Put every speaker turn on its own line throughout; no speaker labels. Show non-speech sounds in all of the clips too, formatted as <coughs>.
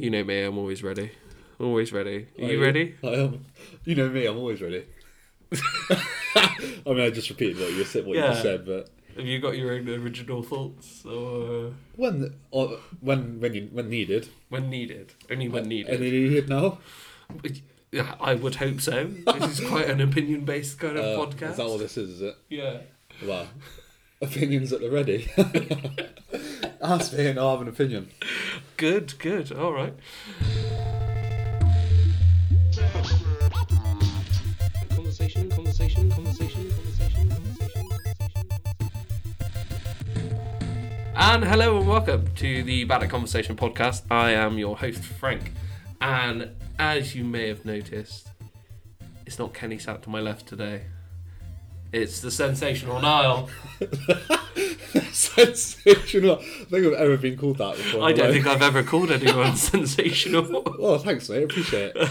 You know me, I'm always ready. I'm always ready. Are
Are
you ready?
Oh, I am. You know me, I'm always ready. <laughs> I mean, I just repeated what you said, what
Yeah.
you said, but
Have you got your own original thoughts or uh,
when or when when you when needed,
when needed? Only when
and
needed.
then needed now.
Yeah, I would hope so. This is quite an opinion based <laughs> kind of
Uh,
podcast.
Is that all this is? Is it?
Yeah.
Wow. <laughs> Opinions at the ready. <laughs> Ask me and I'll have an opinion. <laughs>
Good, good. All right.
Conversation, conversation, conversation, conversation, conversation, conversation.
And hello and welcome to the Bad at Conversation podcast. I am your host, Frank. And as you may have noticed, it's not Kenny sat to my left today. It's the sensational Niall.
Sensational. I don't think I've ever been called that before.
I don't
Hello.
think I've ever called anyone <laughs> sensational.
Well, thanks, mate. Appreciate it.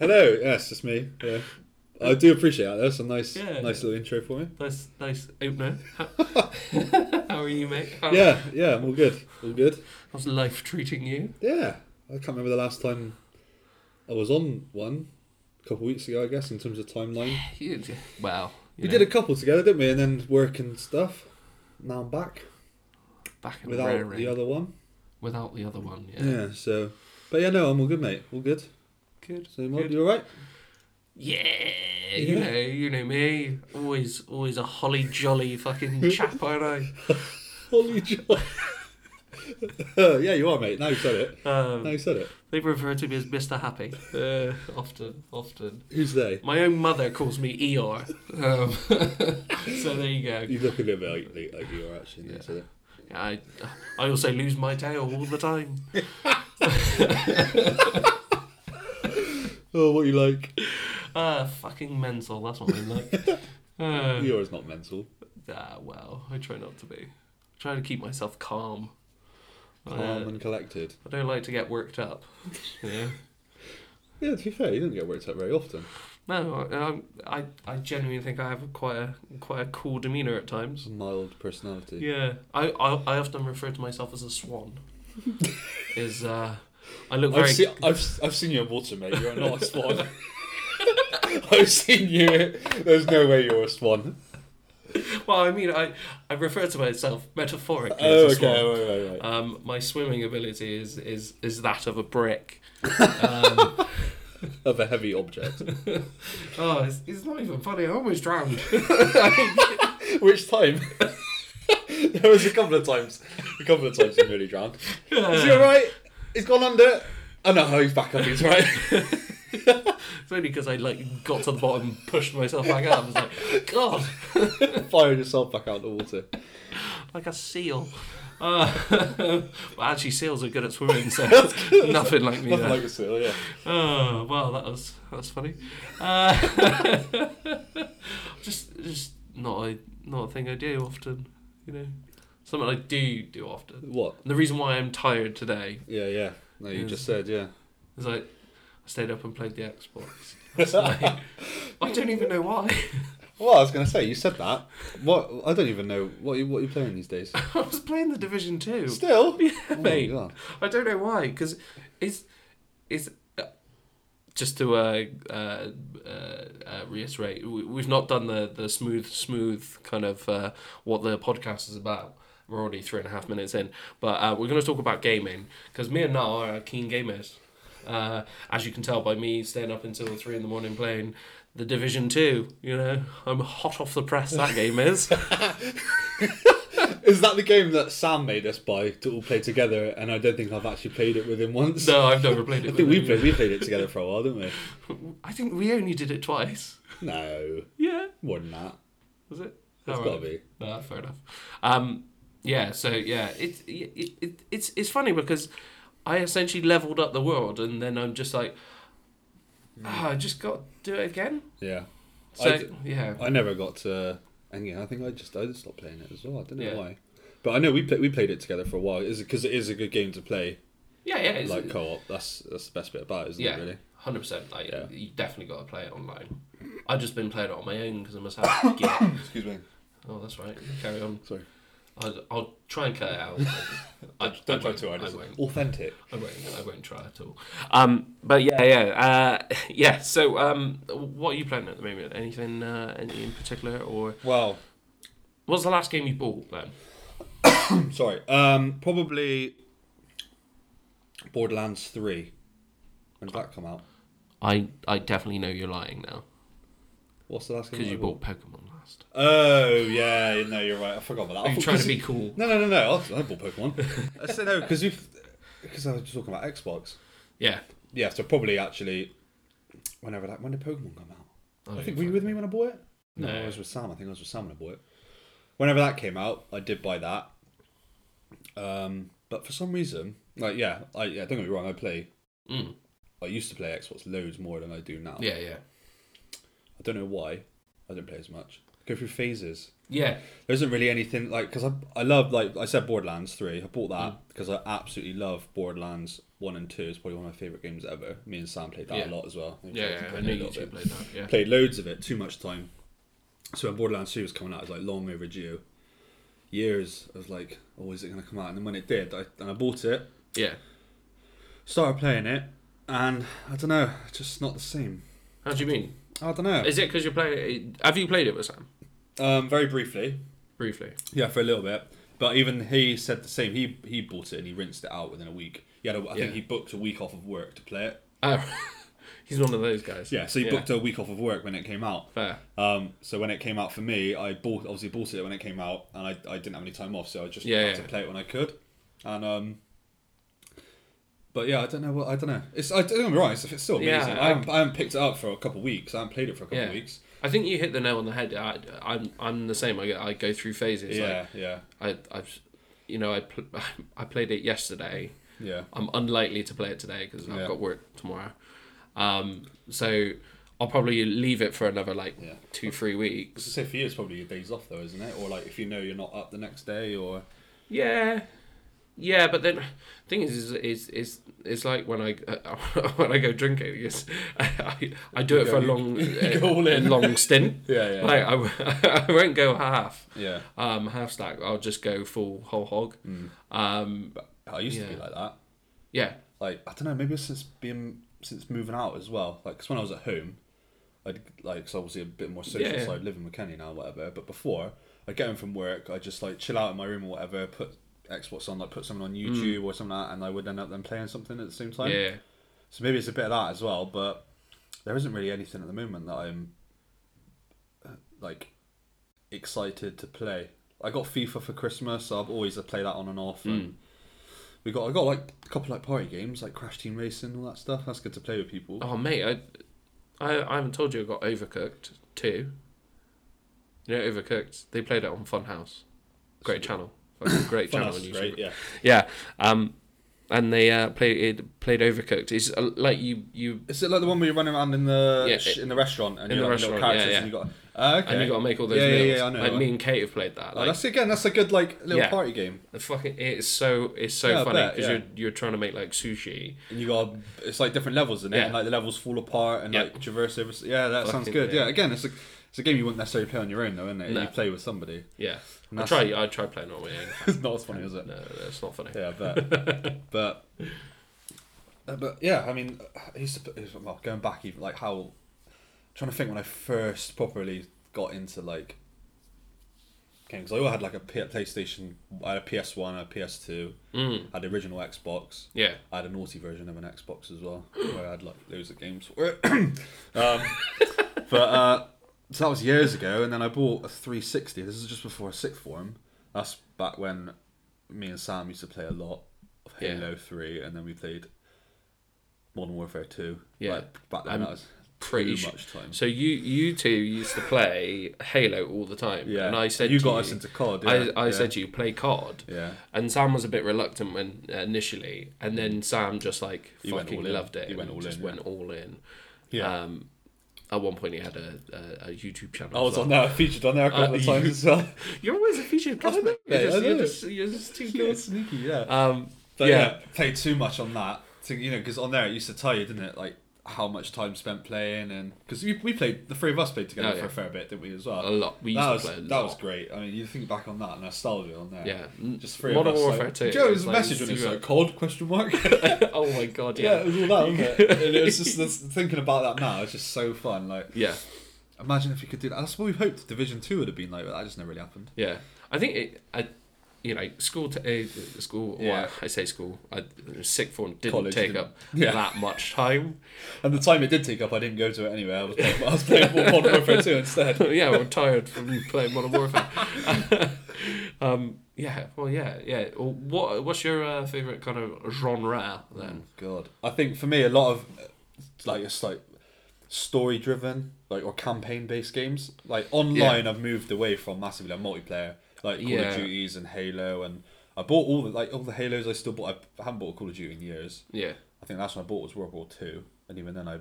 Hello. Yes, it's me. Yeah. I do appreciate that. That's a nice,
Yeah.
nice little intro for me.
Nice, nice opener. <laughs> How, how are you, mate? How,
Yeah, yeah. I'm all good. All good.
How's life treating you?
Yeah. I can't remember the last time I was on one. A couple weeks ago, I guess, in terms of timeline.
you well, you
we
know,
did a couple together, didn't we? And then work and stuff. Now I'm back
back in
without
rearing,
the other one.
without the other one. Yeah,
Yeah. So, but yeah, no, I'm all good, mate. All good.
good.
So, Mod,
good.
you all right?
Yeah, you
Yeah.
know, you know me. Always, always a holly jolly
<laughs>
fucking chap, aren't
Holy <laughs> joy. yeah, you are, mate. Now you said it.
I?
Now
Um,
you said it.
they refer to me as Mister Happy. Uh, often, often.
Who's they?
My own mother calls me Eeyore. Um, <laughs> so there you go.
You look a little bit like, like you are actually. now you
Yeah.
said it.
I, I also lose my tail all the time.
Oh, what you like?
Ah, fucking mental. That's what I'm
<laughs>
like. Uh,
Yours not mental.
ah, well, I try not to be. I try to keep myself calm.
Calm
Uh,
and collected.
I don't like to get worked up. You
<laughs>
know?
Yeah, to be fair, you don't get worked up very often.
No, I, I'm- I, I genuinely think I have quite a quite a cool demeanor at times.
It's a mild personality.
Yeah, I, I, I often refer to myself as a
<laughs>
swan. Is uh, I look very
I've, seen, I've, I've seen you in water, mate. You're a nice <laughs> swan. I've seen you. There's no way you're a swan.
well. I mean, I I refer to myself metaphorically
Oh,
as a swan.
okay. Right, right, right.
Um, my swimming ability is is is that of a brick.
<laughs>
Um,
of a heavy object. <laughs>
oh, it's, it's not even funny. I almost <laughs> drowned.
Which time? <laughs> there was a couple of times. A couple of times he nearly <laughs> drowned. Is he alright? He's gone under. Oh no, he's back up. He's <laughs> right.
<laughs> It's only because I like got to the bottom, and pushed myself back up. I was like, God,
Firing yourself back out of the water.
like a seal. Uh, <laughs> well, actually, seals are good at swimming, so <laughs> nothing like me.
Nothing
There.
like a seal, yeah.
Oh, wow, that was that's funny. Uh, <laughs> just just not a not a thing I do often, you know. Something I do do often.
What?
And the reason why I'm tired today
Yeah, yeah. No, you
Yes.
just said, yeah.
is I, I stayed up and played the Xbox.
<laughs>
It's like- I don't even know why. <laughs>
Well, I was gonna say you said that. What? I don't even know what you what you playing these days.
I was playing the Division Two.
<laughs> Still,
Yeah,
Oh my
mate.
God.
I don't know why, because it's it's uh, just to uh, uh, uh, uh, reiterate, we, we've not done the the smooth smooth kind of uh, what the podcast is about. We're already three and a half minutes in, but uh, we're going to talk about gaming because me and Niall are keen gamers. Uh, as you can tell by me staying up until three in the morning playing the Division Two, you know I'm hot off the press. That game is.
Is that the game that Sam made us buy to all play together? And I don't think I've actually played it with him once.
No, I've never played it.
I
with
think we
him.
played we played it together for a while, didn't we?
I think we only did it twice.
No,
Yeah.
more than that.
Was it?
It's
Alright.
gotta be.
Nah, fair enough. Um, yeah. So yeah, it's it, it, it's it's funny because I essentially leveled up the world, and then I'm just like, ah, I just got to do it again.
Yeah.
So
Mm. I d-
yeah,
I never got to. And yeah, I think I just I just stopped playing it as well. I don't know
Yeah.
why. But I know we play, we played it together for a while. Is because it is a good game to play
yeah, yeah. It's,
like co op. That's that's the best bit about it, isn't
yeah,
it? Really.
hundred percent. Like
Yeah.
you definitely got to play it online.
<coughs>
I've just been playing it on my own because I must have. gear.
Excuse me.
Oh, that's right. Carry on.
Sorry.
I, I'll try and cut it
<laughs>
out. I,
Don't try
won't.
too hard.
I
it's
won't.
Authentic.
I won't. I won't try at all. Um, but yeah, yeah, uh, <laughs> yeah. So, um, what are you playing at the moment? Anything, uh, any in particular, or
Well,
what's the last game you bought then?
sorry. Um, probably Borderlands Three. When did that come out?
I, I definitely know you're lying now
What's the last game?
because
I
you bought Pokemon last.
Oh yeah, no, you're right. I forgot about
Are
that. I
Oh, you
thought-
trying to
Oh, 'cause-
be cool?
No, no, no, no. I, I bought Pokemon.
<laughs>
I said no because you because I was just talking about Xbox.
Yeah.
Yeah, so probably actually, whenever that when did Pokemon come out?
Oh,
I think were you with me when I bought it? No,
No.
I was with Sam. I think I was with Sam when I bought it. Whenever that came out, I did buy that. Um, but for some reason, like yeah, I yeah, don't get me wrong, I play.
Mm.
I used to play Xbox loads more than I do now.
Yeah, yeah,
I don't know why. I don't play as much. Go through phases.
yeah.
There isn't really anything like because I I love like I said Borderlands three. I bought
Mm.
that because I absolutely love Borderlands one and two. It's probably one of my favorite games ever. Me and Sam played that
Yeah.
a lot as well. We
Yeah,
played-
yeah,
played
I
it
know
a
you
little
two
bit.
played that. Yeah,
Played loads of it. Too much time. So when Borderlands two was coming out, it was like long overdue. Years of like, oh, is it going to come out? And then when it did, I, and I bought it,
yeah.
started playing it, and I don't know, just not the same.
How do you mean?
I don't know.
Is it because you're playing? Have you played it with Sam
Um, very briefly,
briefly?
Yeah, for a little bit. But even he said the same. He he bought it and he rinsed it out within a week. He had a, I
Yeah.
think he booked a week off of work to play it.
Oh, <laughs> he's one of those guys.
Uh, Yeah, so he booked a week off of work when it came out.
Fair.
Um, so when it came out for me, I bought obviously bought it when it came out, and I, I didn't have any time off, so I just
Yeah,
had
yeah.
to play it when I could. And um, but yeah, I don't know. What I don't know. It's I don't get me wrong. It's, it's still
Yeah,
amazing.
I-
I, haven't, I haven't picked it up for a couple of weeks. I haven't played it for a couple
Yeah.
of weeks.
I think you hit the nail on the head. I, I'm I'm the same. I go, I go through phases.
yeah, yeah,
Like I I've you know I pl- <laughs> I played it yesterday.
yeah,
I'm unlikely to play it today because I've
Yeah.
got work tomorrow. Um, so I'll probably leave it for another like
yeah.
two three
As I
weeks.
say, for you, it's probably your days off though, isn't it? Or like if you know you're not up the next day, or
Yeah. Yeah, but then thing is, is is is it's like when I <laughs> uh, when I go drinking, it's, <laughs> I I do it for a
You go-
long
<laughs> you go all
a
in.
long stint.
<laughs> Yeah, yeah.
Like I, w- <laughs> I won't go half,
yeah.
um, half stack. I'll just go full whole hog.
Mm.
Um,
I used to be
Yeah.
like that.
yeah,
Like I don't know, maybe it's since being since moving out as well. Like 'cause when I was at home, I'd like 'cause obviously a bit more social
Yeah.
side living with Kenny now, or whatever. But before I'd get home from work, I'd just like chill out in my room or whatever, put Xbox on, like put something on YouTube or something like that, and I would end up then playing something at the same time.
Mm. yeah,
So maybe it's a bit of that as well, but there isn't really anything at the moment that I'm uh, like excited to play. I got FIFA for Christmas, so I've always played that on and off.
Mm.
And we got I got like a couple like party games like Crash Team Racing all that stuff. That's good to play with people.
Oh mate, I, I, I haven't told you I got Overcooked too. You know Overcooked? They played it on Funhouse. Great channel.
<laughs>
Fucking great
Fun,
channel
that's
on YouTube.
great, yeah.
Yeah. Um, and they uh, played played Overcooked. It's uh, like you you
Is it like the one where you're running around in the
Yeah,
sh- in the restaurant and
in
you're
the
like little
restaurant,
characters
yeah,
and you got uh, okay.
and you got to make all those
yeah,
meals.
Yeah, yeah, I know.
Like
I-
me and Kate have played that.
Oh,
Like
that's again. That's a good like little
Yeah.
party game.
the fucking it's so it's so
Yeah,
funny
I
funny
bet,
because
yeah.
you're you're trying to make like sushi.
And you got it's like different levels in it,
Yeah.
and like the levels fall apart and
Yeah.
like traverse over. Yeah, that sounds
Fucking-
good.
yeah.
Yeah. again, it's a it's a game you wouldn't necessarily play on your own though, isn't it?
No.
You play with somebody.
Yeah.
And
I
that's-
try I try playing on my own.
<laughs> It's not as funny, is it?
No, that's not funny.
Yeah, but
<laughs>
but uh, but yeah, I mean, I used to put- well going back even like how trying to think when I first properly got into like games. I all had like a P- PlayStation, I had a PS One, a PS Two,
Mm.
I had the original Xbox.
Yeah.
I had a naughty version of an Xbox as well, where I had like loads of games. for it. <coughs> um, but uh, so that was years ago, and then I bought a 360. This is just before a sixth form. That's back when me and Sam used to play a lot of
Yeah.
Halo 3, and then we played Modern Warfare 2.
Yeah.
like, back then
I'm
that was
pretty
pretty
su-
much time.
So you you two used to play Halo all the time.
Yeah,
And I said
you
to
got us into COD.
I,
yeah,
I
yeah.
said to you play COD.
yeah.
And Sam was a bit reluctant when uh, initially, and then Sam just like
He went
fucking
all in.
loved it.
He
and
went all
just
in,
went
yeah.
all in.
Yeah.
Um, at one point, he had a, a, a YouTube channel.
I
as
was
well. uh,
on there, I featured on there a
<laughs>
couple of times as well. <laughs>
You're always a featured customer. You're
mate, I
just, you're
know.
just, you're just too
Yeah,
good.
sneaky, yeah.
Um,
But
yeah.
yeah, played too much on that. To, you know, because on there it used to tell you, didn't it? Like how much time spent playing and because we, we played the three of us played together
Oh,
for
yeah.
a fair bit, didn't we as well?
A lot. We used
that
to
was
play a
that
lot.
was great. I mean, you think back on that and nostalgia on there.
Yeah.
Just three
Modern
of us,
Warfare
like,
2,
Joe,
it
was
was
a
like
message on it, it's
zero.
like cold question mark.
<laughs>
<laughs>
oh my god,
yeah, it
yeah.
was all that,
<laughs>
wasn't it? and it was just that's, thinking about that now. It's just so fun. Like,
Yeah.
imagine if you could do that. That's what we hoped Division Two would have been like, but that just never really happened.
Yeah, I think it. I, you know, school. T- uh, school.
Yeah.
Well, I say school. I sick form didn't
College
take
didn't-
up
Yeah.
that much time. <laughs>
And the time it did take up, I didn't go to it anyway. I was playing, I was playing Modern Warfare Two instead.
yeah, I'm tired from playing Modern Warfare. <laughs> um, yeah. Well, yeah, yeah. Well, What What's your uh, favorite kind of genre then?
Oh, God, I think for me, a lot of uh, like it's like story driven, like or campaign based games. Like online, I've moved away from massively like multiplayer, like Call
Yeah.
of Duties and Halo, and I bought all the like all the Halos. I still bought. I haven't bought a Call of Duty in years.
Yeah.
I think last one I bought was World War Two, and even then I uh,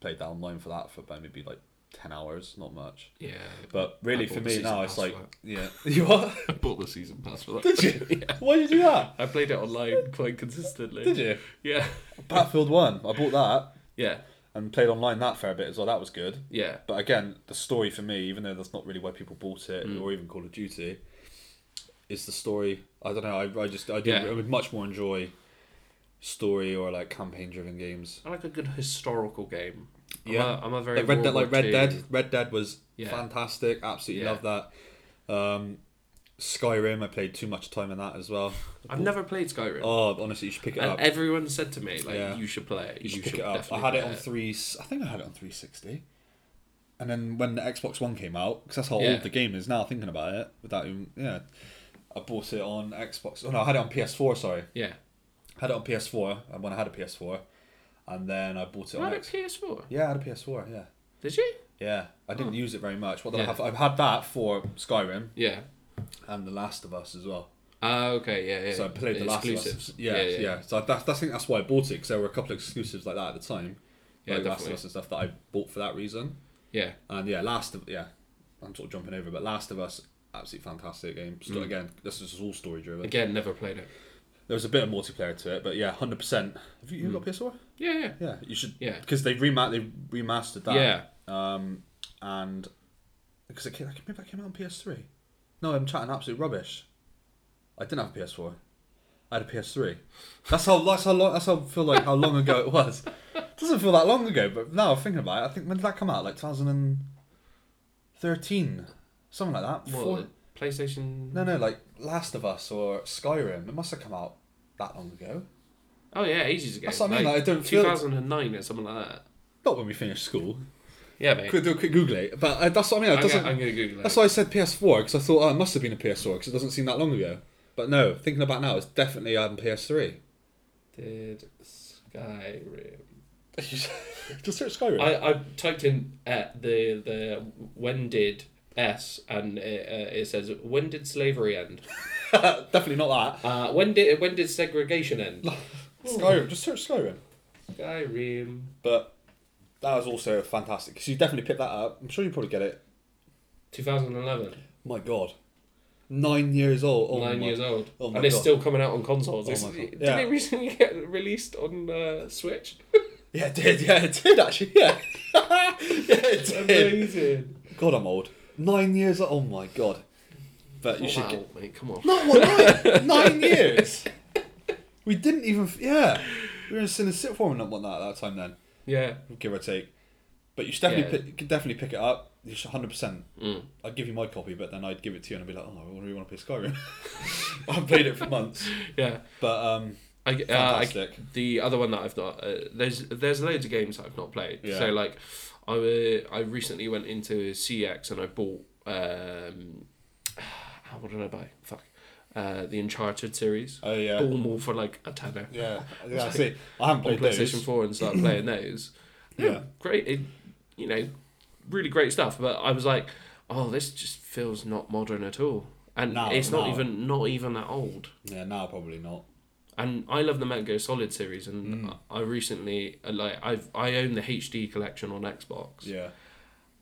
played that online for that for about maybe like ten hours, not much.
Yeah.
But really,
I bought
for
the
me
season
now,
pass
it's
for
like
that.
<laughs> yeah, you what?
<laughs> I bought the season pass for that.
Did you? Why did you do
<laughs>
that?
I played it online quite consistently.
Did you?
Yeah.
Battlefield One, I bought that
Yeah.
and played online that fair bit as well. That was good.
Yeah.
But again, the story for me, even though that's not really why people bought it
Mm.
or even Call of Duty, is the story. I don't know. I, I just I do
Yeah.
I would much more enjoy story or like campaign driven games.
I like a good historical game.
Yeah.
I'm a, I'm a very
Like Red Dead,
World War
like Red
II.
Dead. Red Dead was
Yeah.
fantastic. Absolutely
Yeah.
love that. Um, Skyrim, I played too much time in that as
<laughs>
well.
I've never played Skyrim.
Oh, honestly, you should pick it
and
up.
everyone said to me, like,
Yeah.
you should play it.
You should, pick it up.
definitely
I had it
play
on three. I think I had it on three sixty. And then when the Xbox One came out, because that's how
Yeah.
old the game is now. Thinking about it, without even yeah, I bought it on Xbox. Oh no, I had it on PS4. Sorry,
Yeah.
had it on PS4. And uh, when I had a PS4, and then I bought it
You
on
had a
Xbox.
PS4?
Yeah, I had a PS4. Yeah,
Did you?
yeah. I
Oh.
didn't use it very much. What did I
Yeah.
have? I've had that for Skyrim
Yeah.
and The Last of Us as well.
Ah, okay, yeah, yeah.
So I played The Last
Exclusives.
of Us. Yeah, yeah. So that, I think that's why I bought it because there were a couple of exclusives like that at the time.
Yeah,
like Last of
definitely.
Us and stuff that I bought for that reason.
Yeah.
And yeah, Last of yeah, I'm sort of jumping over, but Last of Us, absolutely fantastic game. Sto- Again, this is all story driven.
Mm. Again, never played it.
There was a bit of multiplayer to it, but yeah, hundred percent. Have you, you
Mm.
got PS4?
Yeah, yeah.
Yeah, you should.
Yeah.
because they rema- they remastered that.
Yeah.
Um, and because it came, I maybe that came out on PS3. No, I'm chatting absolute rubbish. I didn't have a PS4. I had a PS3. That's how that's how long that's how I feel like how long ago
<laughs>
it was. Doesn't feel that long ago, but now I'm thinking about it. I think when did that come out? Like 2013, something like that.
What,
Four-
PlayStation?
no, no, like Last of Us or Skyrim. It must have come out that long ago.
Oh, yeah, ages ago.
That's what I mean, like, I don't feel-
2009 or something like that.
Not when we finished school.
Yeah, mate.
Quick, do a quick Google it. But uh, that's what I mean. It
I'm,
doesn't,
gonna, I'm gonna Google
That's
that.
why I said PS4 because I thought oh, it must have been a PS4 because it doesn't seem that long ago. But no, thinking about now, it's definitely on PS3.
<laughs> Did Skyrim.
Just search Skyrim.
I, I typed in uh, the the when did S and it, uh, it says when did slavery end?
<laughs> definitely not
Uh, when did when did segregation end?
<laughs> that. Skyrim. Just search Skyrim.
Skyrim.
But that was also fantastic because you definitely picked that up. I'm sure you probably get it.
2011.
My God, nine years old. Oh
Nine
my-
years old,
oh my
and it's
God.
still coming out on consoles.
Oh
It's-
my God.
did
Yeah.
it recently get released on uh, Switch?
Yeah, it did. Yeah, it did actually. <laughs> Yeah. yeah, <laughs> it did.
Amazing.
God, I'm old. Nine years. Oh my God. But you
Oh,
should
wow,
get.
mate, come on.
Not what
<laughs>
nine, nine years. We didn't even yeah. We were in sin sit form and whatnot at that time then,
Yeah,
give or take. But you should definitely
Yeah.
pick, you could definitely pick it up. You should hundred percent.
Mm.
I'd give you my copy, but then I'd give it to you and I'd be like, oh, I really want to play Skyrim. <laughs> I've played it for months,
yeah.
but um,
I, uh, I,
Fantastic.
the other one that I've not uh, there's there's loads of games that I've not played.
Yeah.
So like I uh, I recently went into CX and I bought um <sighs> ah, what did I buy? Fuck. Uh, the Uncharted series.
oh yeah,
Bought them all for like a tenner
yeah. yeah I see, I haven't
on
played
PlayStation
those.
Four and started playing those.
Yeah.
great. It, you know, really great stuff. But I was like, oh, this just feels not modern at all, and
No,
it's not
no.
even not even that old.
Yeah, now probably not.
and I love the Metal Gear Solid series, and
Mm.
I I recently uh, like I've I own the HD collection on Xbox,
Yeah,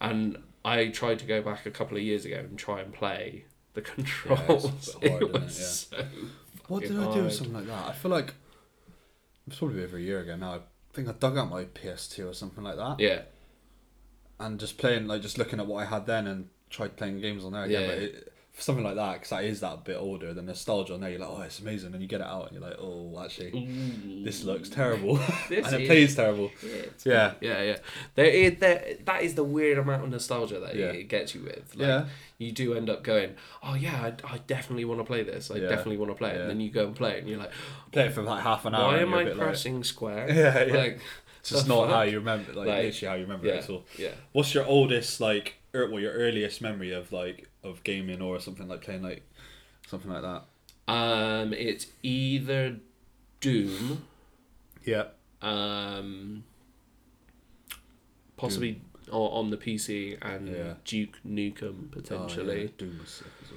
and I tried to go back a couple of years ago and try and play the
it's
controls. <laughs>
a bit hard,
it
isn't it?
was so
What did
fucking
I do
hard.
with something like that? I feel like it was probably over a year ago now. I think I dug out my PS2 or something like that,
Yeah.
and just playing like just looking at what I had then and tried playing games on there again.
Yeah.
But it, something like that, because that is that bit older. The nostalgia on there, you're like, oh, it's amazing, and you get it out, and you're like, oh, actually, this looks terrible,
<laughs> This
and it
is-
plays terrible. Yeah,
Yeah, yeah. There is there that is the weird amount of nostalgia that
Yeah.
it gets you with. Like,
Yeah.
You do end up going, oh yeah, I, I definitely want to play this. I
Yeah.
definitely want to play it.
Yeah.
And then you go and play it, and you're like,
play it for like half an hour.
why
and
am
you're a
I
bit like-
pressing square?
<laughs> Yeah, yeah.
Like,
It's just
the
not
fuck?
how you remember, like,
Like,
literally how you remember it
Yeah.
at all.
Yeah.
What's your oldest like, er, well, your earliest memory of like of gaming or something like playing like something like that?
Um, it's either Doom,
Yeah.
um, possibly o- on the PC, and
Yeah.
Duke Nukem potentially,
Doom was sick as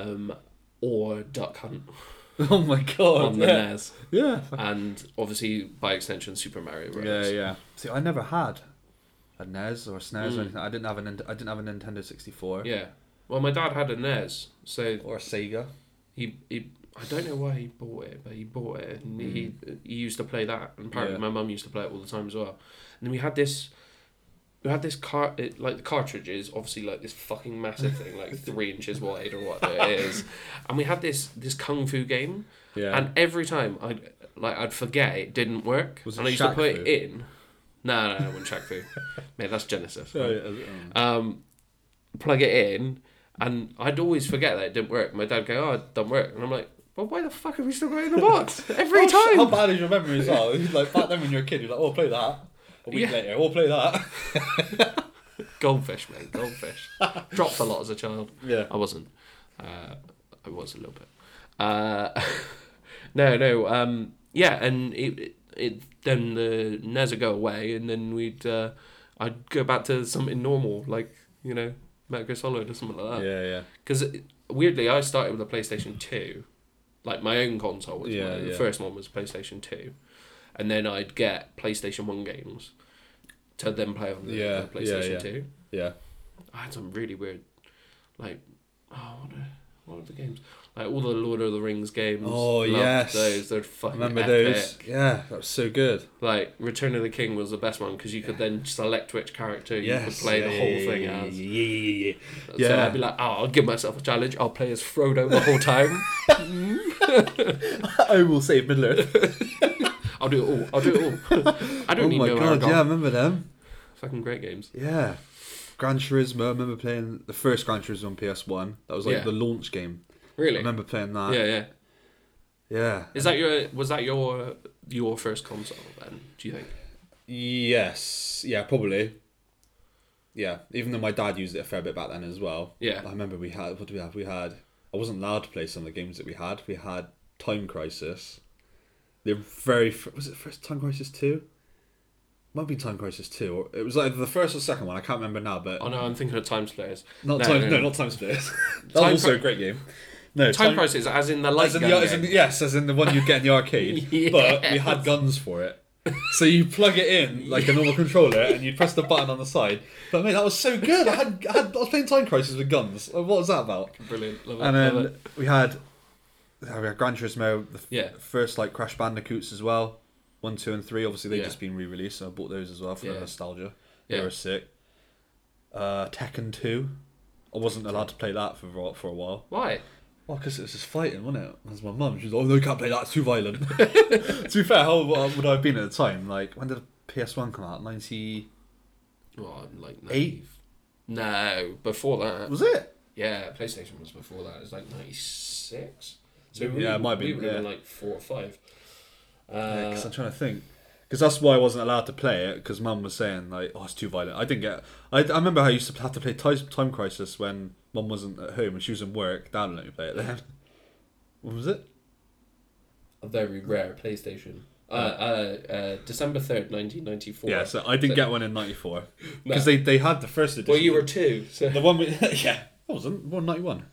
um, or Duck Hunt
well. <laughs> oh my god.
on the E
Yeah.
NES.
yeah.
and obviously by extension Super Mario Bros.
Yeah, yeah. See, I never had a NES or a SNES
Mm.
or anything. I didn't have an Nin- I didn't have a Nintendo sixty four
Yeah. Well, my dad had a NES, so
or a Sega.
he he. I don't know why he bought it, but he bought it, and he he used to play that. And apparently,
Mm. Yeah.
my mum used to play it all the time as well. And then we had this. We had this car, it, like the cartridges, obviously like this fucking massive thing,
<laughs>
like three inches wide or what it is, and we had this this kung fu game,
Yeah.
and every time I would like I'd forget it didn't work,
Was
and I
it
used to
Shaq
put
Fu?
it in. No, no, no, it wasn't Shaq
<laughs>
Fu, mate. That's Genesis.
Oh, yeah, um,
um, plug it in, and I'd always forget that it didn't work. My dad go, "Oh, it doesn't work," and I'm like, "Well, why the fuck are we still playing the box every
how- <laughs> How
time?"
bad is your memory as well? <laughs> like back then when you were a kid, you're like, oh, play that. A week
Yeah.
later, we'll
<laughs>
play that.
Goldfish, mate, goldfish. Dropped a lot as a child.
Yeah.
I wasn't. Uh, I was a little bit. Uh, <laughs> no, no. Um, yeah, and it, it, it then the NES would go away, and then we'd uh, I'd go back to something normal, like you know, Metal Gear Solid or something like that.
yeah, yeah.
Because weirdly, I started with a PlayStation 2. Like my own console was
Yeah,
my- the
yeah.
first one was PlayStation 2. And then I'd get PlayStation 1 games to then play on the, the
Yeah, yeah,
PlayStation
yeah.
2.
Yeah.
I had some really weird, like, oh, what are, what are the games? Like all the Lord of the Rings games.
Oh,
loved
yes.
Those, they're fucking
Remember
epic.
those? Yeah, that was so good.
Like Return of the King was the best one because you could then select which character you could
Yes.
play
yeah,
the
yeah,
whole
yeah,
thing
yeah,
as.
Yeah, yeah, yeah.
So
Yeah.
I'd be like, oh, I'll give myself a challenge. I'll play as Frodo the whole time.
yeah. <laughs> I will save Middle Earth.
<laughs> I'll do it all. I'll do it all. I don't
oh
need
my
no
god,
Aragorn.
yeah, I remember them.
Fucking great games.
Yeah. Gran Turismo, I remember playing the first Gran Turismo on PS1. That was like
Yeah.
the launch game. I
Really?
remember playing that.
Yeah, yeah.
Yeah.
Is that your was that your your first console then? Do you think?
Yes. Yeah, probably. Yeah. Even though my dad used it a fair bit back then as well.
Yeah.
I remember we had, what did we have? We had, I wasn't allowed to play some of the games that we had. We had Time Crisis. The very, fir- was it first Time Crisis 2? Might have been Time Crisis 2. Or, it was either the first or second one. I can't remember now, but
Oh no, I'm thinking of Time Slayers.
Not
no,
time,
no,
no,
no.
not time <laughs> splitters. That's
Time
also
Cri-
a great game. No,
Time, Crisis, as in the light
as in
gun
the, as in
game.
the- yes, as in the one you'd get in the
<laughs>
arcade. But we had guns for it. So you plug it in like a normal controller, and you press the button on the side. But mate, that was so good. I had, I had I was playing Time Crisis with guns. What was that about?
Brilliant. Love it.
And
love
then
it.
we had, uh, we had Gran Turismo, the f-
Yeah.
first like Crash Bandicoots as well, one, two, and three. Obviously, they've
Yeah.
just been re-released, so I bought those as well for
Yeah.
the nostalgia.
Yeah.
They were sick. Uh, Tekken two, I wasn't allowed to play that for a- for a while.
Why?
Well, because it was just fighting, wasn't it? As my mum, she was like, "Oh, no, you can't play that. It's too violent." <laughs> to be fair, how old would I have been at the time? Like, when did PS One come out? Ninety
Well, I'm like
eight?
No, before that.
Was it?
Yeah, PlayStation was before that. It was like ninety six. So we,
Yeah, it might
we
be,
would have been
yeah.
like four or five.
Yeah,
Uh,
because I'm trying to think. Because that's why I wasn't allowed to play it. Because mum was saying like, "Oh, it's too violent." I didn't get. I, I remember how I used to have to play Ti- Time Crisis when mum wasn't at home and she was in work. Dad would let me play it then. <laughs> What was it?
a very rare PlayStation. Uh, uh, uh, December third, nineteen ninety four.
Yeah, so I didn't get one
<laughs>
in '94
No.
because they, they had the first edition.
Well, you were two. So.
the one with <laughs> yeah. I wasn't one ninety one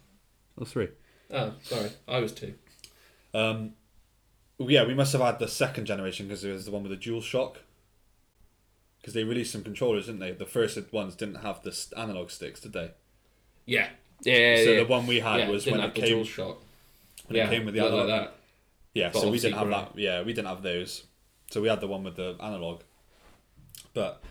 or three.
Oh, sorry, I was two.
Um, yeah, we must have had the second generation because it was the one with the dual shock. Because they released some controllers, didn't they? The first ones didn't have the st- analog sticks, did they?
Yeah. Yeah. yeah
so
yeah.
the one we had
yeah,
was
didn't
when
have
it
the
came.
dual shock.
when it came with the
looked
analog.
like that.
Yeah,
But
so we
obviously
didn't have
correct.
that. Yeah, we didn't have those. So we had the one with the analog, but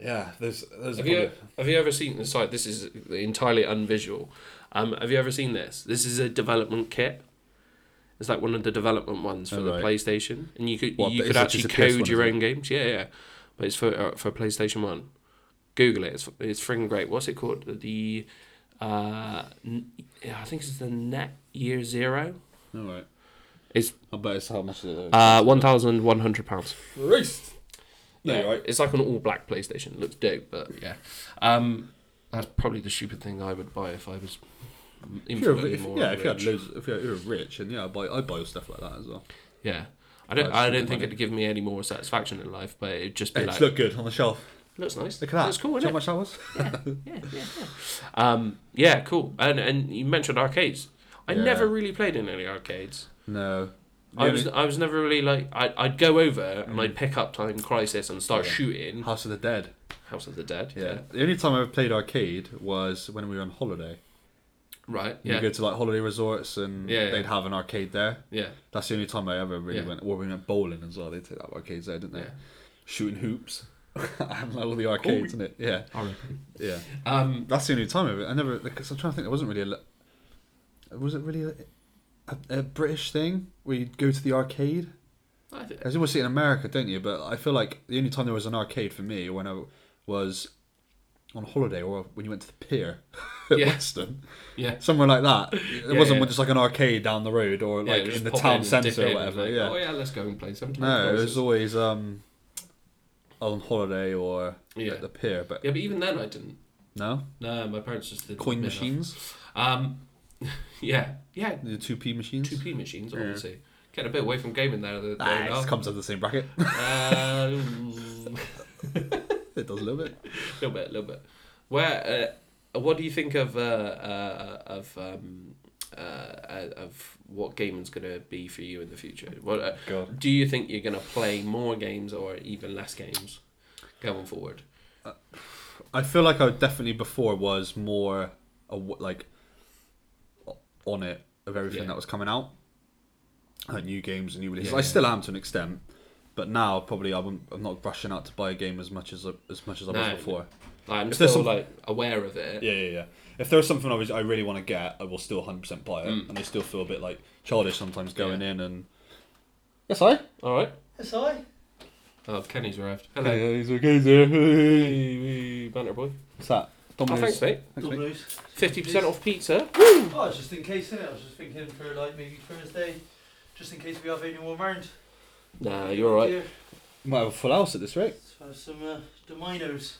yeah, there's there's
Have
probably-
you, have you ever seen? Sorry, this is entirely unvisual. Um, have you ever seen this? This is a development kit. It's like one of the development ones for
Oh,
the
right.
PlayStation, and you could
What,
you
but
could
it's a-
actually
it's a PS1,
code your
isn't
own games. Yeah, yeah. But it's for uh, for PlayStation One. Google it. It's it's frigging great. What's it called? The uh, n- I think it's the Net Year Zero.
All right.
It's
I bet it's how much it is.
uh one thousand one hundred pounds.
Christ! No, you're right.
It's like an all black PlayStation. It looks dope, but yeah. Um, that's probably the stupid thing I would buy if I was
If you're a,
infinitely
if,
more
yeah, if you had
rich.
loads, if you're, you're rich, and yeah, I buy I buy stuff like that as well.
Yeah. I don't.
Like
I don't
stupid
think
money.
it'd give me any more satisfaction in life, but it'd just be
It's
like,
look good on the shelf.
looks nice.
Look at that.
That's cool,
Do you
isn't
know how much that was?
it? Yeah, yeah, yeah. Um, yeah, cool. And and you mentioned arcades. I
Yeah.
never really played in any arcades.
No.
I was I was never really like I I'd go over and I'd pick up Time Crisis and start
Mm. Yeah.
shooting
House of the Dead.
House of the Dead.
Yeah. The only time I ever played arcade was when we were on holiday.
Right.
You
Yeah.
go to like holiday resorts and
Yeah, yeah.
they'd have an arcade there.
Yeah.
That's the only time I ever really
Yeah.
went. Well, we went bowling as well. They take up arcades there, didn't they?
Yeah.
Shooting hoops. <laughs> and all the arcades in it. Yeah,
I reckon.
yeah.
Um,
That's the only time of it. I never. Because I'm trying to think. There wasn't really a. le- Was it really a, a, a British thing where you'd go to the arcade?
I
<laughs>
th-
As you always see it in America, don't you? But I feel like the only time there was an arcade for me when I was on holiday or when you went to the pier at
Yeah.
Weston,
yeah.
somewhere like that. It
Yeah,
wasn't
yeah.
just like an arcade down the road or
Yeah,
like
just
in the
pop
town
and dip
centre
in
or
and
whatever.
like,
yeah.
Oh yeah, let's go and play sometime.
No, it was always um, on holiday or
Yeah.
at the pier. But
yeah, but even then I didn't.
no,
No, my parents just did
coin machines,
Um, <laughs> yeah, yeah,
the two P machines.
two P machines
Yeah.
obviously. Get a bit away from gaming there. The,
Ah, it just comes out of the same bracket. <laughs>
um, <laughs>
it does a little bit.
little bit, little bit. Where, uh, what do you think of uh, uh, of um, uh, uh, of what gaming's gonna be for you in the future? What uh,
God.
do you think you're gonna play more games or even less games going forward?
I feel like I definitely before was more aw- like o- on it of everything
Yeah.
that was coming out, like new games and new releases.
Yeah,
I
yeah.
still am to an extent, but now probably I wouldn't, I'm not rushing out to buy a game as much as as much as I
No.
was before.
Like, I'm
If
still
there's some-
like aware of it.
Yeah, yeah, yeah. If there's something I, was, I really want to get, I will still 100% buy it, and I still feel a bit like childish sometimes going in and. Yes, I.
All right.
Yes, I.
Oh, Kenny's arrived. Hello,
Hey, he's okay, sir.
Wee, wee, banner boy.
What's that?
Oh, thanks, mate.
Thanks, mate.
Double O's.
Fifty percent off pizza.
Oh, it's just in case, innit? I was just thinking for like maybe Thursday, just in case we have anyone round.
Nah, you're all right.
Here,
Might have a full house at this rate.
Let's have some uh, Dominoes.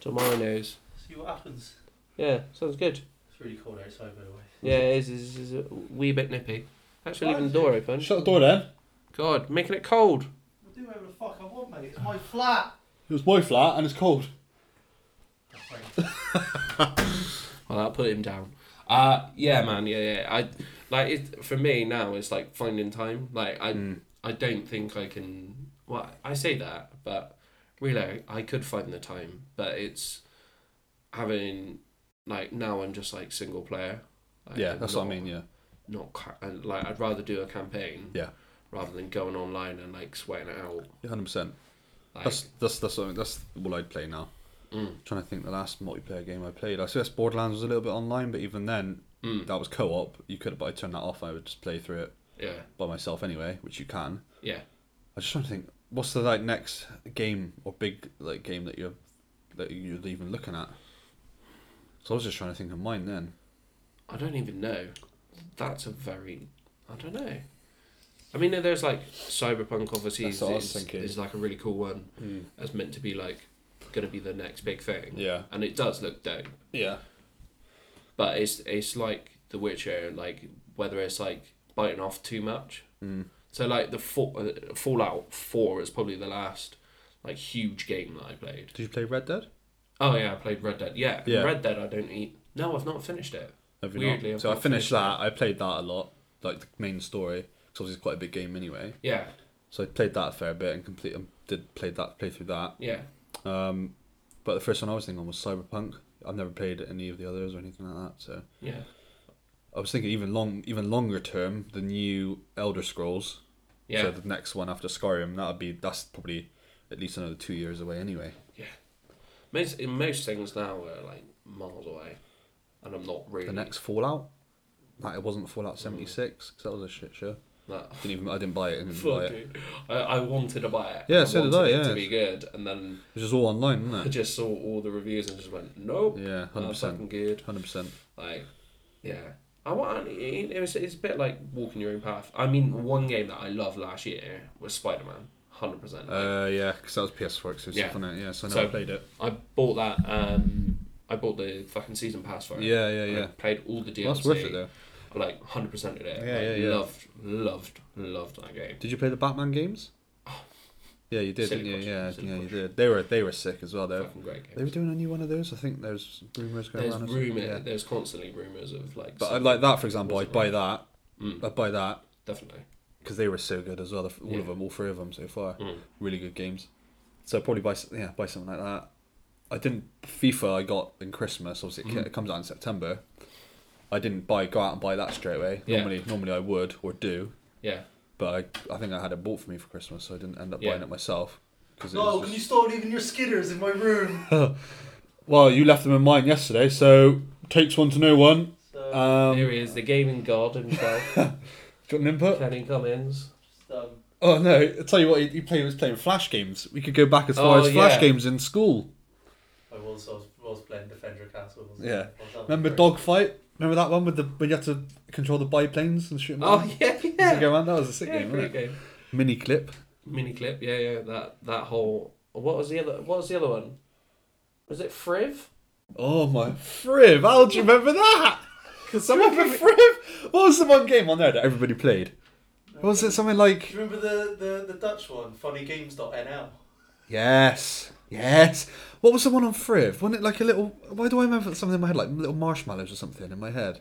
Domino's.
See what happens.
Yeah, sounds good.
It's really cold outside, by the way.
Yeah, it is, is, is a wee bit nippy. Actually, leaving the door open.
Shut the door then.
God, making it cold.
I'll do whatever the fuck I want, mate. It's my flat.
It was my flat and it's cold.
Well, that put him down. Uh, yeah, man. Yeah, yeah. I like it for me now. It's like finding time. Like I,
Mm.
I don't think I can. Well, I say that, but really, I could find the time. But it's having like now. I'm just like single player. Like,
yeah,
I'm
that's
not,
what I mean. Yeah,
Not ca- and, like I'd rather do a campaign.
Yeah.
Rather than going online and like sweating it out.
hundred percent.
Like,
That's that's that's what, that's what I'd play now.
Mm.
trying to think, the last multiplayer game I played. I guess Borderlands was a little bit online, but even then,
Mm.
that was co-op. You could, but I turned that off. I would just play through it
yeah.
by myself anyway, which you can.
Yeah.
I'm just trying to think, what's the like next game or big like game that you're that you're even looking at? So I was just trying to think of mine then.
I don't even know. That's a very I don't know. I mean, there's like Cyberpunk obviously
That's
is,
what I was
is,
thinking.
is like a really cool one
Hmm.
that's meant to be like going to be the next big thing.
Yeah,
And it does look dope,
yeah,
but it's it's like The Witcher, like whether it's like biting off too much.
Mm.
So like the fall, uh, Fallout Four is probably the last like huge game that I played.
Did you play Red Dead?
Oh yeah, I played Red Dead. Yeah,
Yeah.
Red Dead. I don't eat. No, I've not finished it.
Have you
Weirdly,
not?
I've
so I
not finished
finished that. I played that a lot, like the main story. Because obviously it's quite a big game anyway.
Yeah,
So I played that a fair bit and complete and did played that play through that.
yeah.
Um, but the first one I was thinking was Cyberpunk. I've never played any of the others or anything like that. So
Yeah.
I was thinking even long even longer term, the new Elder Scrolls.
Yeah.
So the next one after Skyrim, that'd be that's probably at least another two years away anyway.
Most in most things now are like miles away, and I'm not really
The next Fallout, that it wasn't Fallout seventy six because that was a shit show.
that.
Didn't even I didn't
<laughs>
buy it. I Didn't buy
Mm. Fuck
it.
it. I, I wanted to buy it.
Mm, oh, Yeah, so did
wanted
I,
It
yeah.
to be good, and then
It was just all online,
I
wasn't
just saw all the reviews and just went, nope,
it? Yeah, hundred
not
percent,
fucking good.
hundred percent.
Like, yeah. I want. It, it was, it's a bit like walking your own path. I mean, one game that I loved last year was Spider Man. Hundred percent.
Uh, yeah, because that was PS4 exclusive,
Yeah.
wasn't it? Yeah, so I
So-
never played it.
I bought that. Um, I bought the fucking season pass for it.
Yeah, yeah,
And I
yeah.
played all the DLC.
Well, that's worth it though.
I, Like hundred percent of it.
Yeah,
Like,
yeah, yeah.
Loved, loved, loved that game.
Did you play the
<sighs>
Batman games? Yeah, you did,
Silly
didn't you?
question,
Yeah,
silly
yeah, you
question.
did. They were they were sick as well. They
Fucking great game.
Uh, they were doing a new one of those. I think there's rumors going
There's
around. or something,
rumor.
yeah.
There's constantly rumors of like.
But I'd
some-
like that, for example, I'd
Wasn't
buy that.
Mm,
I'd buy that
definitely.
because they were so good as well. the- All
Yeah.
of them, all three of them so far,
Mm.
really good games. So I'd probably buy s- yeah buy something like that. I didn't FIFA. I got in Christmas. Obviously, it ca-
Mhm.
it comes out in September. I didn't buy go out and buy that straight away.
Yeah.
Normally, normally I would or do,
Yeah.
but I, I think I had it bought for me for Christmas, so I didn't end up
Yeah.
buying it myself. Cause it
No,
was
Oh, can you
just-
stop leaving your skidders in my room?
Well, you left them in mine yesterday, so takes one to know one.
So,
Here
Um,
he is, the gaming god himself,
<laughs> got an input?
Kenny Cummins.
just, um,
Oh no! I tell you what, he, he played, was playing flash games. We could go back as far
Oh,
as flash
yeah.
games in school.
I was, I was, I was playing Defender Castle. wasn't I?
Yeah.
I was having
Remember
a break.
dogfight? Remember that one with the when you had to control the biplanes and shoot them?
Oh
down?
<laughs> yeah,
Used
yeah.
to go around? That was a sick
yeah
game,
great
wasn't it?
game.
Mini clip.
Mini clip. Yeah, yeah. That that whole. What was the other? What was the other one? Was it Friv?
Oh my friv! How do you
<laughs>
remember that?
Because
Someone for friv. What was the one game on there that everybody played? Was it something
Do
like?
you remember the, the, the Dutch one, funnygames.nl?
Yes, yes. What was the one on friv? Wasn't it like a little? Why do I remember something in my head like little marshmallows or something in my head?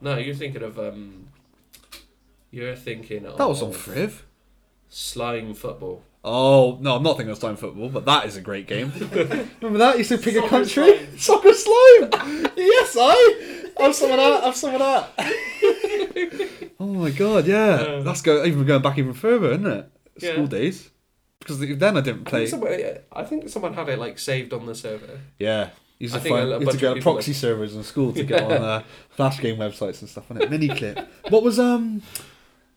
No, you're thinking of um. You're thinking of
That was on friv.
Slime football.
Oh no, I'm not thinking of slime football, but that is a great game. <laughs> Remember that? You used to pick a
Soccer
country. <laughs>
slime.
Soccer slime. yes, I. Have some of that. Have some of that. oh my god, yeah.
Um,
That's go even going back even further, isn't it?
Yeah.
School days. Because then I didn't
I think,
play.
someone, I think someone had it like saved on the server.
Yeah. Used
I
to
think a
find,
lot- a
used to
bunch
go
of
to
people
proxy servers in school to <laughs> get on uh, flash game websites and stuff on it. Mini clip. What was um,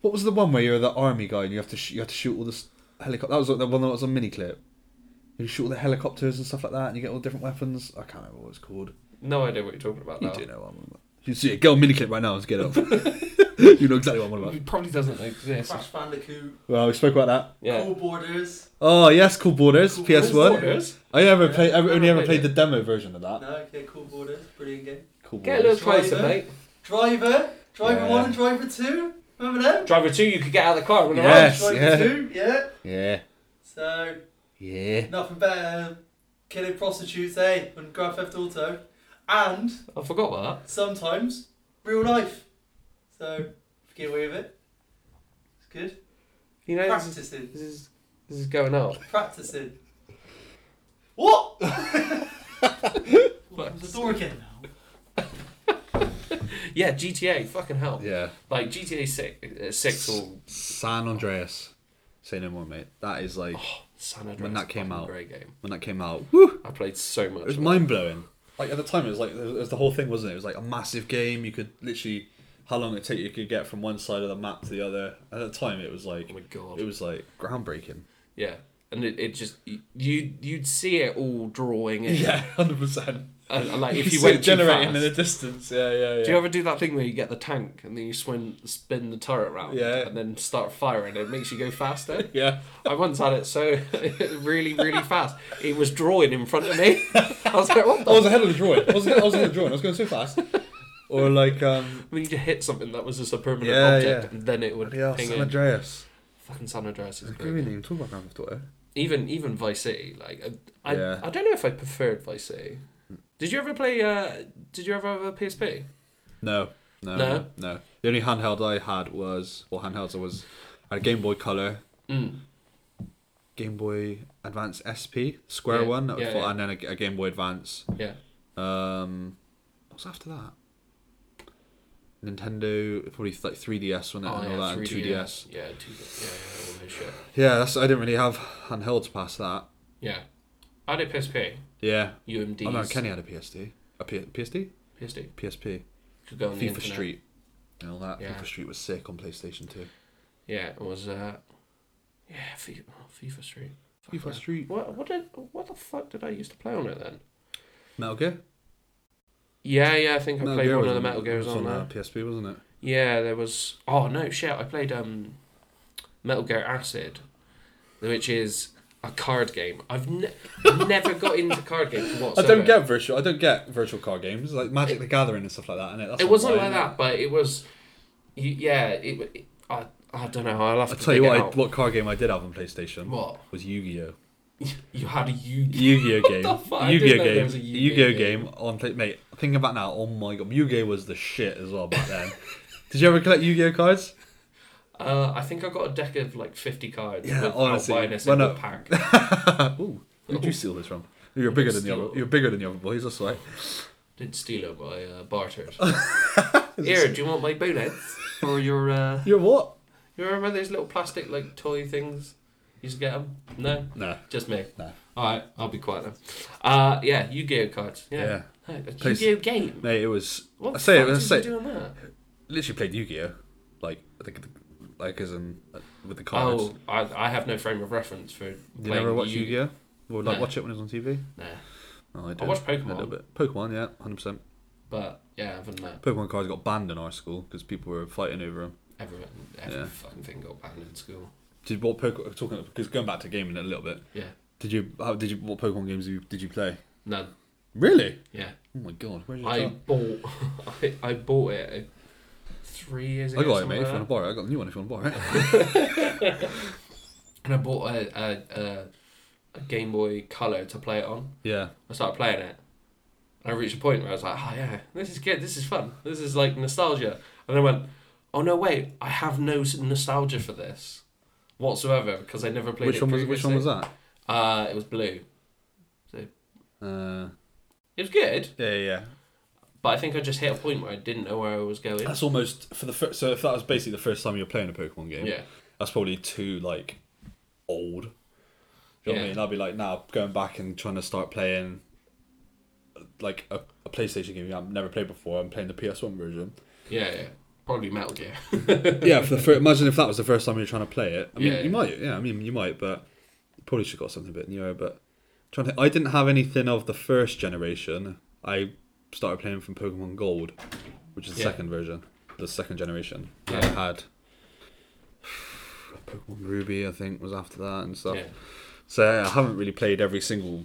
what was the one where you're the army guy and you have to sh- you have to shoot all this helicopter? That was the one that was on mini clip. You shoot all the helicopters and stuff like that, and you get all different weapons. I can't remember what it's called.
No idea what you're talking about
You
now.
do know what I'm on about. You see it. Go on mini clip right now. Let's <laughs> get up. you know exactly what I'm on about.
It probably doesn't exist.
Crash Bandicoot,
Well, we spoke about that.
Yeah.
Cool Borders.
Oh yes, Cool Borders,
Cool
PS One.
Borders.
I never played. I only ever
played
played
it.
the demo version
Uh,
of that.
No, yeah, Cool Borders, brilliant game.
Cool
Get a little
Borders.
closer, mate.
Driver, Driver
Yeah.
1 and Driver 2, remember them?
Driver two, you could get out of the car.
Yeah. Yes,
Driver
yeah.
2, yeah.
Yeah,
So,
yeah.
nothing better than killing prostitutes, eh, on Grand Theft Auto. And,
I forgot about that.
sometimes, real life. So, get away with it. It's good.
You know, this is,
Practicing.
this is this is going out.
Practicing. What? Opens the door again now.
Yeah, GTA, fucking hell.
Yeah.
Like GTA six, uh, six or
San Andreas. Say no more, mate. That is like
San Andreas.
When that came
fucking
out.
great game.
when that came out. Woo,
I played so much.
it was
of it.
mind blowing. Like at the time, it was like it was the whole thing, wasn't it? It was like a massive game. You could literally how long it take you could get from one side of the map to the other. At the time, it was like
Oh my god.
it was like groundbreaking.
Yeah, and it, it just you you'd see it all drawing
<laughs>
in.
<laughs> Yeah, hundred percent.
And, and, like if you
see
went
it
too
generating
fast.
in the distance. Yeah, yeah, yeah.
Do you ever do that thing where you get the tank and then you swing, spin the turret round
Yeah.
and then start firing? It makes you go faster. <laughs>
yeah.
I once had it so <laughs> really, really fast. It was drawing in front of me. <laughs> I was like, what
I
the?
was ahead of the drawing. I was, I was ahead of the drawing. I was going so <laughs> fast. Or like um.
When you just hit something that was just a permanent
Yeah,
object,
yeah.
and then it would
Yeah,
ping
San
in.
Andreas.
Fucking San Andreas is
I
great.
even talk about Grand Theft Auto.
Even even Vice City, like I, I,
Yeah.
I don't know if I preferred Vice City. Did you ever play? Uh, did you ever have a PSP?
No, no,
No?
no, no. The only handheld I had was, or handhelds I was, I had a Game Boy Color,
Mm.
Game Boy Advance SP, square
Yeah,
one, that was
yeah,
full-
yeah.
and then a, a Game Boy Advance.
Yeah.
Um, what was after that? Nintendo, probably like 3DS when it
Oh,
and all that, and 2DS.
Yeah, 2DS. Yeah, yeah, all this shit.
Yeah, that's I didn't really have handhelds past that.
Yeah. I had a PSP,
Yeah,
UMDs.
I know Oh, Kenny had a PSD, a P- PSD,
PSD.
PSP,
Could go on the
FIFA
internet.
Street, and all that.
Yeah.
FIFA Street was sick on PlayStation Two.
Yeah, it was. Uh, yeah, FIFA, FIFA Street. Fuck
FIFA
that.
Street,
What what did what the fuck did I used to play on it then?
Metal Gear.
Yeah, yeah, I think I
Metal
played
Gear
one
was
of the Metal Gears
was
on there.
uh, PSP, wasn't it?
Yeah, there was. Oh no, shit! I played um, Metal Gear Acid, which is a card game. I've ne- <laughs> never got into card games
I
whatsoever.
don't get virtual. I don't get virtual card games like Magic the Gathering and stuff like that. And
It wasn't like that, but it was. y- Yeah, it. w- it I, I don't know. I'll have
I
to
tell you
dig
what,
it
I,
out.
what card game I did have on PlayStation
What?
was Yu-Gi-Oh.
You had a Yu.
Yu-Gi-Oh
the fuck? I
game.
didn't
Yu-Gi-Oh
know there
game.
was a Yu-Gi-Oh
Yu-Gi-Oh
game.
game on play- mate. Thinking about now, oh my god, Yu-Gi-Oh was the shit as well back then. <laughs> Did you ever collect Yu-Gi-Oh cards?
Uh, I think I got a deck of like fifty cards.
Yeah,
with
honestly,
Albinus
when
in the
I-
pack.
<laughs> Ooh, where'd you steal this from? You're bigger than the other.
Steal.
You're bigger than the other boys. That's why.
Did steal it by uh,
<laughs>
bartered. Here, do you want my bonnets or your? Uh,
You're what?
You remember those little plastic like toy things? You used to get them? No,
Nah.
just me.
No.
All right, I'll be quiet then. Uh, yeah, Yu-Gi-Oh cards. Yeah. No,
Please.
Yu-Gi-Oh game.
Mate, it was.
What
I
the
say
fuck
it. I
did
say
you do on that?
literally played Yu-Gi-Oh, like I think, like as in uh, with the cards.
Oh, I, I have no frame of reference for
Did you
playing
ever watch
Yu-
Yu-Gi-Oh? Or like
Nah.
watch it when it was on TV?
Nah,
Oh, I did.
watched
A little
Pokemon.
bit. Pokemon, yeah, hundred percent.
but yeah, uh, other than that,
Pokemon cards got banned in our school because people were fighting over them.
everyone, every
Yeah.
fucking thing got banned in school.
Did what Pokemon talking? Because going back to gaming a little bit.
Yeah,
Did you? How did you? What Pokemon games did you, did you play?
none.
Really?
Yeah,
Oh my god! Where's your
I
I,
bought, <laughs> I, I bought it uh, three years ago.
I got it,
something
mate. If
like
you
that.
want to borrow, it. I got a new one. If you want to borrow, it.
and I bought a a, a a Game Boy Color to play it on.
<laughs> yeah.
I started playing it, and I reached a point where I was like, "Oh yeah, this is good. This is fun. This is like nostalgia." And I went, "Oh no, wait! I have no s- nostalgia for this whatsoever because I never played
Which
it."
one was? Which one was that?
that? Uh, it was blue.
Uh,
It was good,
yeah, yeah, yeah.
but I think I just hit a point where I didn't know where I was going.
That's almost for the first. So if that was basically the first time you're playing a Pokemon game,
yeah,
that's probably too like old. Do you know what I
Yeah.
mean? I'd be like now going back and trying to start playing like a, a PlayStation game I've never played before. I'm playing the PS1 version.
yeah, yeah. Probably Metal Gear.
yeah, for the fir- imagine if that was the first time you're trying to play it. I mean,
Yeah.
you might. Yeah, I mean, you might, but you probably should have got something a bit newer. But trying to, I didn't have anything of the first generation. I started playing from Pokemon Gold, which is the
Yeah.
second version, the second generation. And I
Yeah.
had <sighs> Pokemon Ruby, I think, was after that and stuff.
yeah,
<laughs> So yeah, I haven't really played every single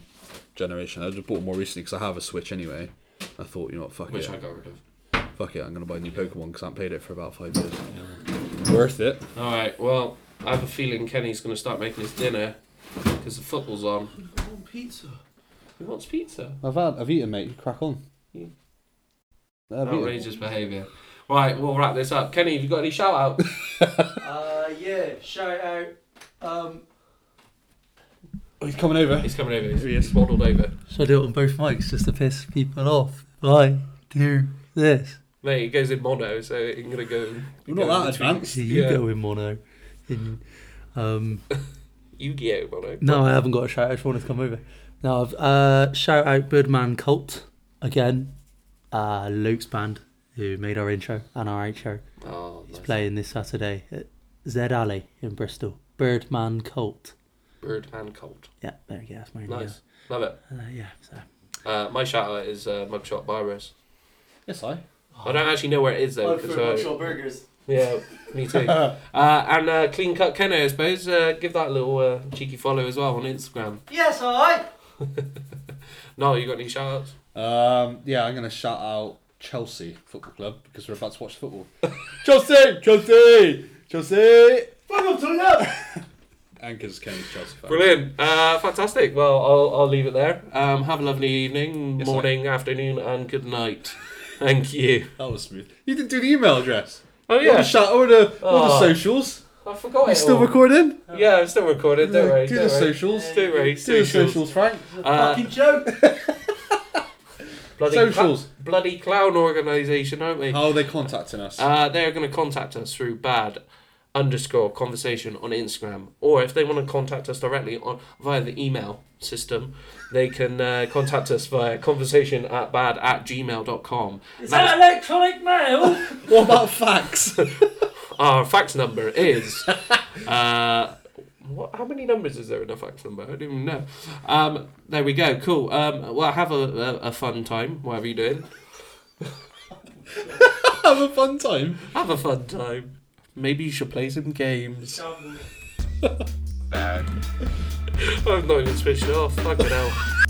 generation. I just bought more recently because I have a Switch anyway. I thought, you know what, fuck
which
it,
I got rid of.
fuck it, I'm gonna buy a new Pokemon because I haven't played it for about five years. Worth it.
All right. Well, I have a feeling Kenny's going to start making his dinner because the football's on.
I want pizza.
He wants pizza.
I've had, I've eaten, mate. You crack on.
Yeah.
I've eaten.
Outrageous behaviour. Right, we'll wrap this up. Kenny, have you got any shout out?
Uh, yeah, shout out. Um,
Oh, he's coming over.
He's coming over. He's,
Here he is.
he's waddled over.
Should I do it on both mics just to piss people off? I do this.
Mate, he goes in mono, so it's going to go.
We're not that advanced.
See, you
Yeah.
go in mono. In, um,
Yu Gi Oh! mono.
no, I haven't got a shout out. I just want to come over. Now, I've uh, shout out Birdman Cult again. Uh, Luke's band, who made our intro and our outro,
Oh,
is
nice.
playing this Saturday at Zed Alley in Bristol. Birdman Cult.
Birdman Cult.
Yeah, there we go. That's my idea.
Nice. Love it.
Uh, yeah, so.
Uh, my shout out is uh, Mugshot Virus.
Yes, I.
I don't actually know where it is though.
plug
'cause
for
I,
Montreal Burgers.
yeah, me
<laughs>
too. Uh, and uh, Clean Cut Kenny, I suppose. Uh, give that little uh, cheeky follow as well on Instagram.
Yes, I.
No, you got any shout outs?
Um, yeah, I'm gonna shout out Chelsea Football Club because we're about to watch football. <laughs> Chelsea, Chelsea, Chelsea.
Welcome to
<laughs>
love.
And because Kenny's a Chelsea fan.
Brilliant. Uh, fantastic. Well, I'll, I'll leave it there. Um, have a lovely evening,
Yes,
morning, afternoon, and good night. <laughs> Thank you.
That was smooth. You didn't do the email address.
Oh,
All the
yeah.
shout, all the, all the
Oh.
socials.
I forgot
You
it.
still
all.
recording?
Yeah, I'm still recording. Don't worry.
do
don't
the
worry.
socials.
Don't worry.
Do the
socials.
<laughs> socials, Frank.
It's a
Uh,
fucking joke.
bloody
Socials. Oh.
cl- bloody clown organisation, aren't we?
How are they contacting us?
Uh, they are going to contact us through bad underscore conversation on Instagram, or if they want to contact us directly on via the email system, they can uh, contact us via conversation at bad at gmail.com.
Is that electronic mail?
what about facts? <laughs>
Our fax number <laughs> is. Uh, what, how many numbers is there in a fax number? I don't even know. Um, there we go. Cool. Um, well, have a, a, a fun time, whatever you're doing.
Have a fun time.
Have a fun time. Maybe you should play some games. <laughs>
Shambles.
I'm not even switched off. Fucking hell.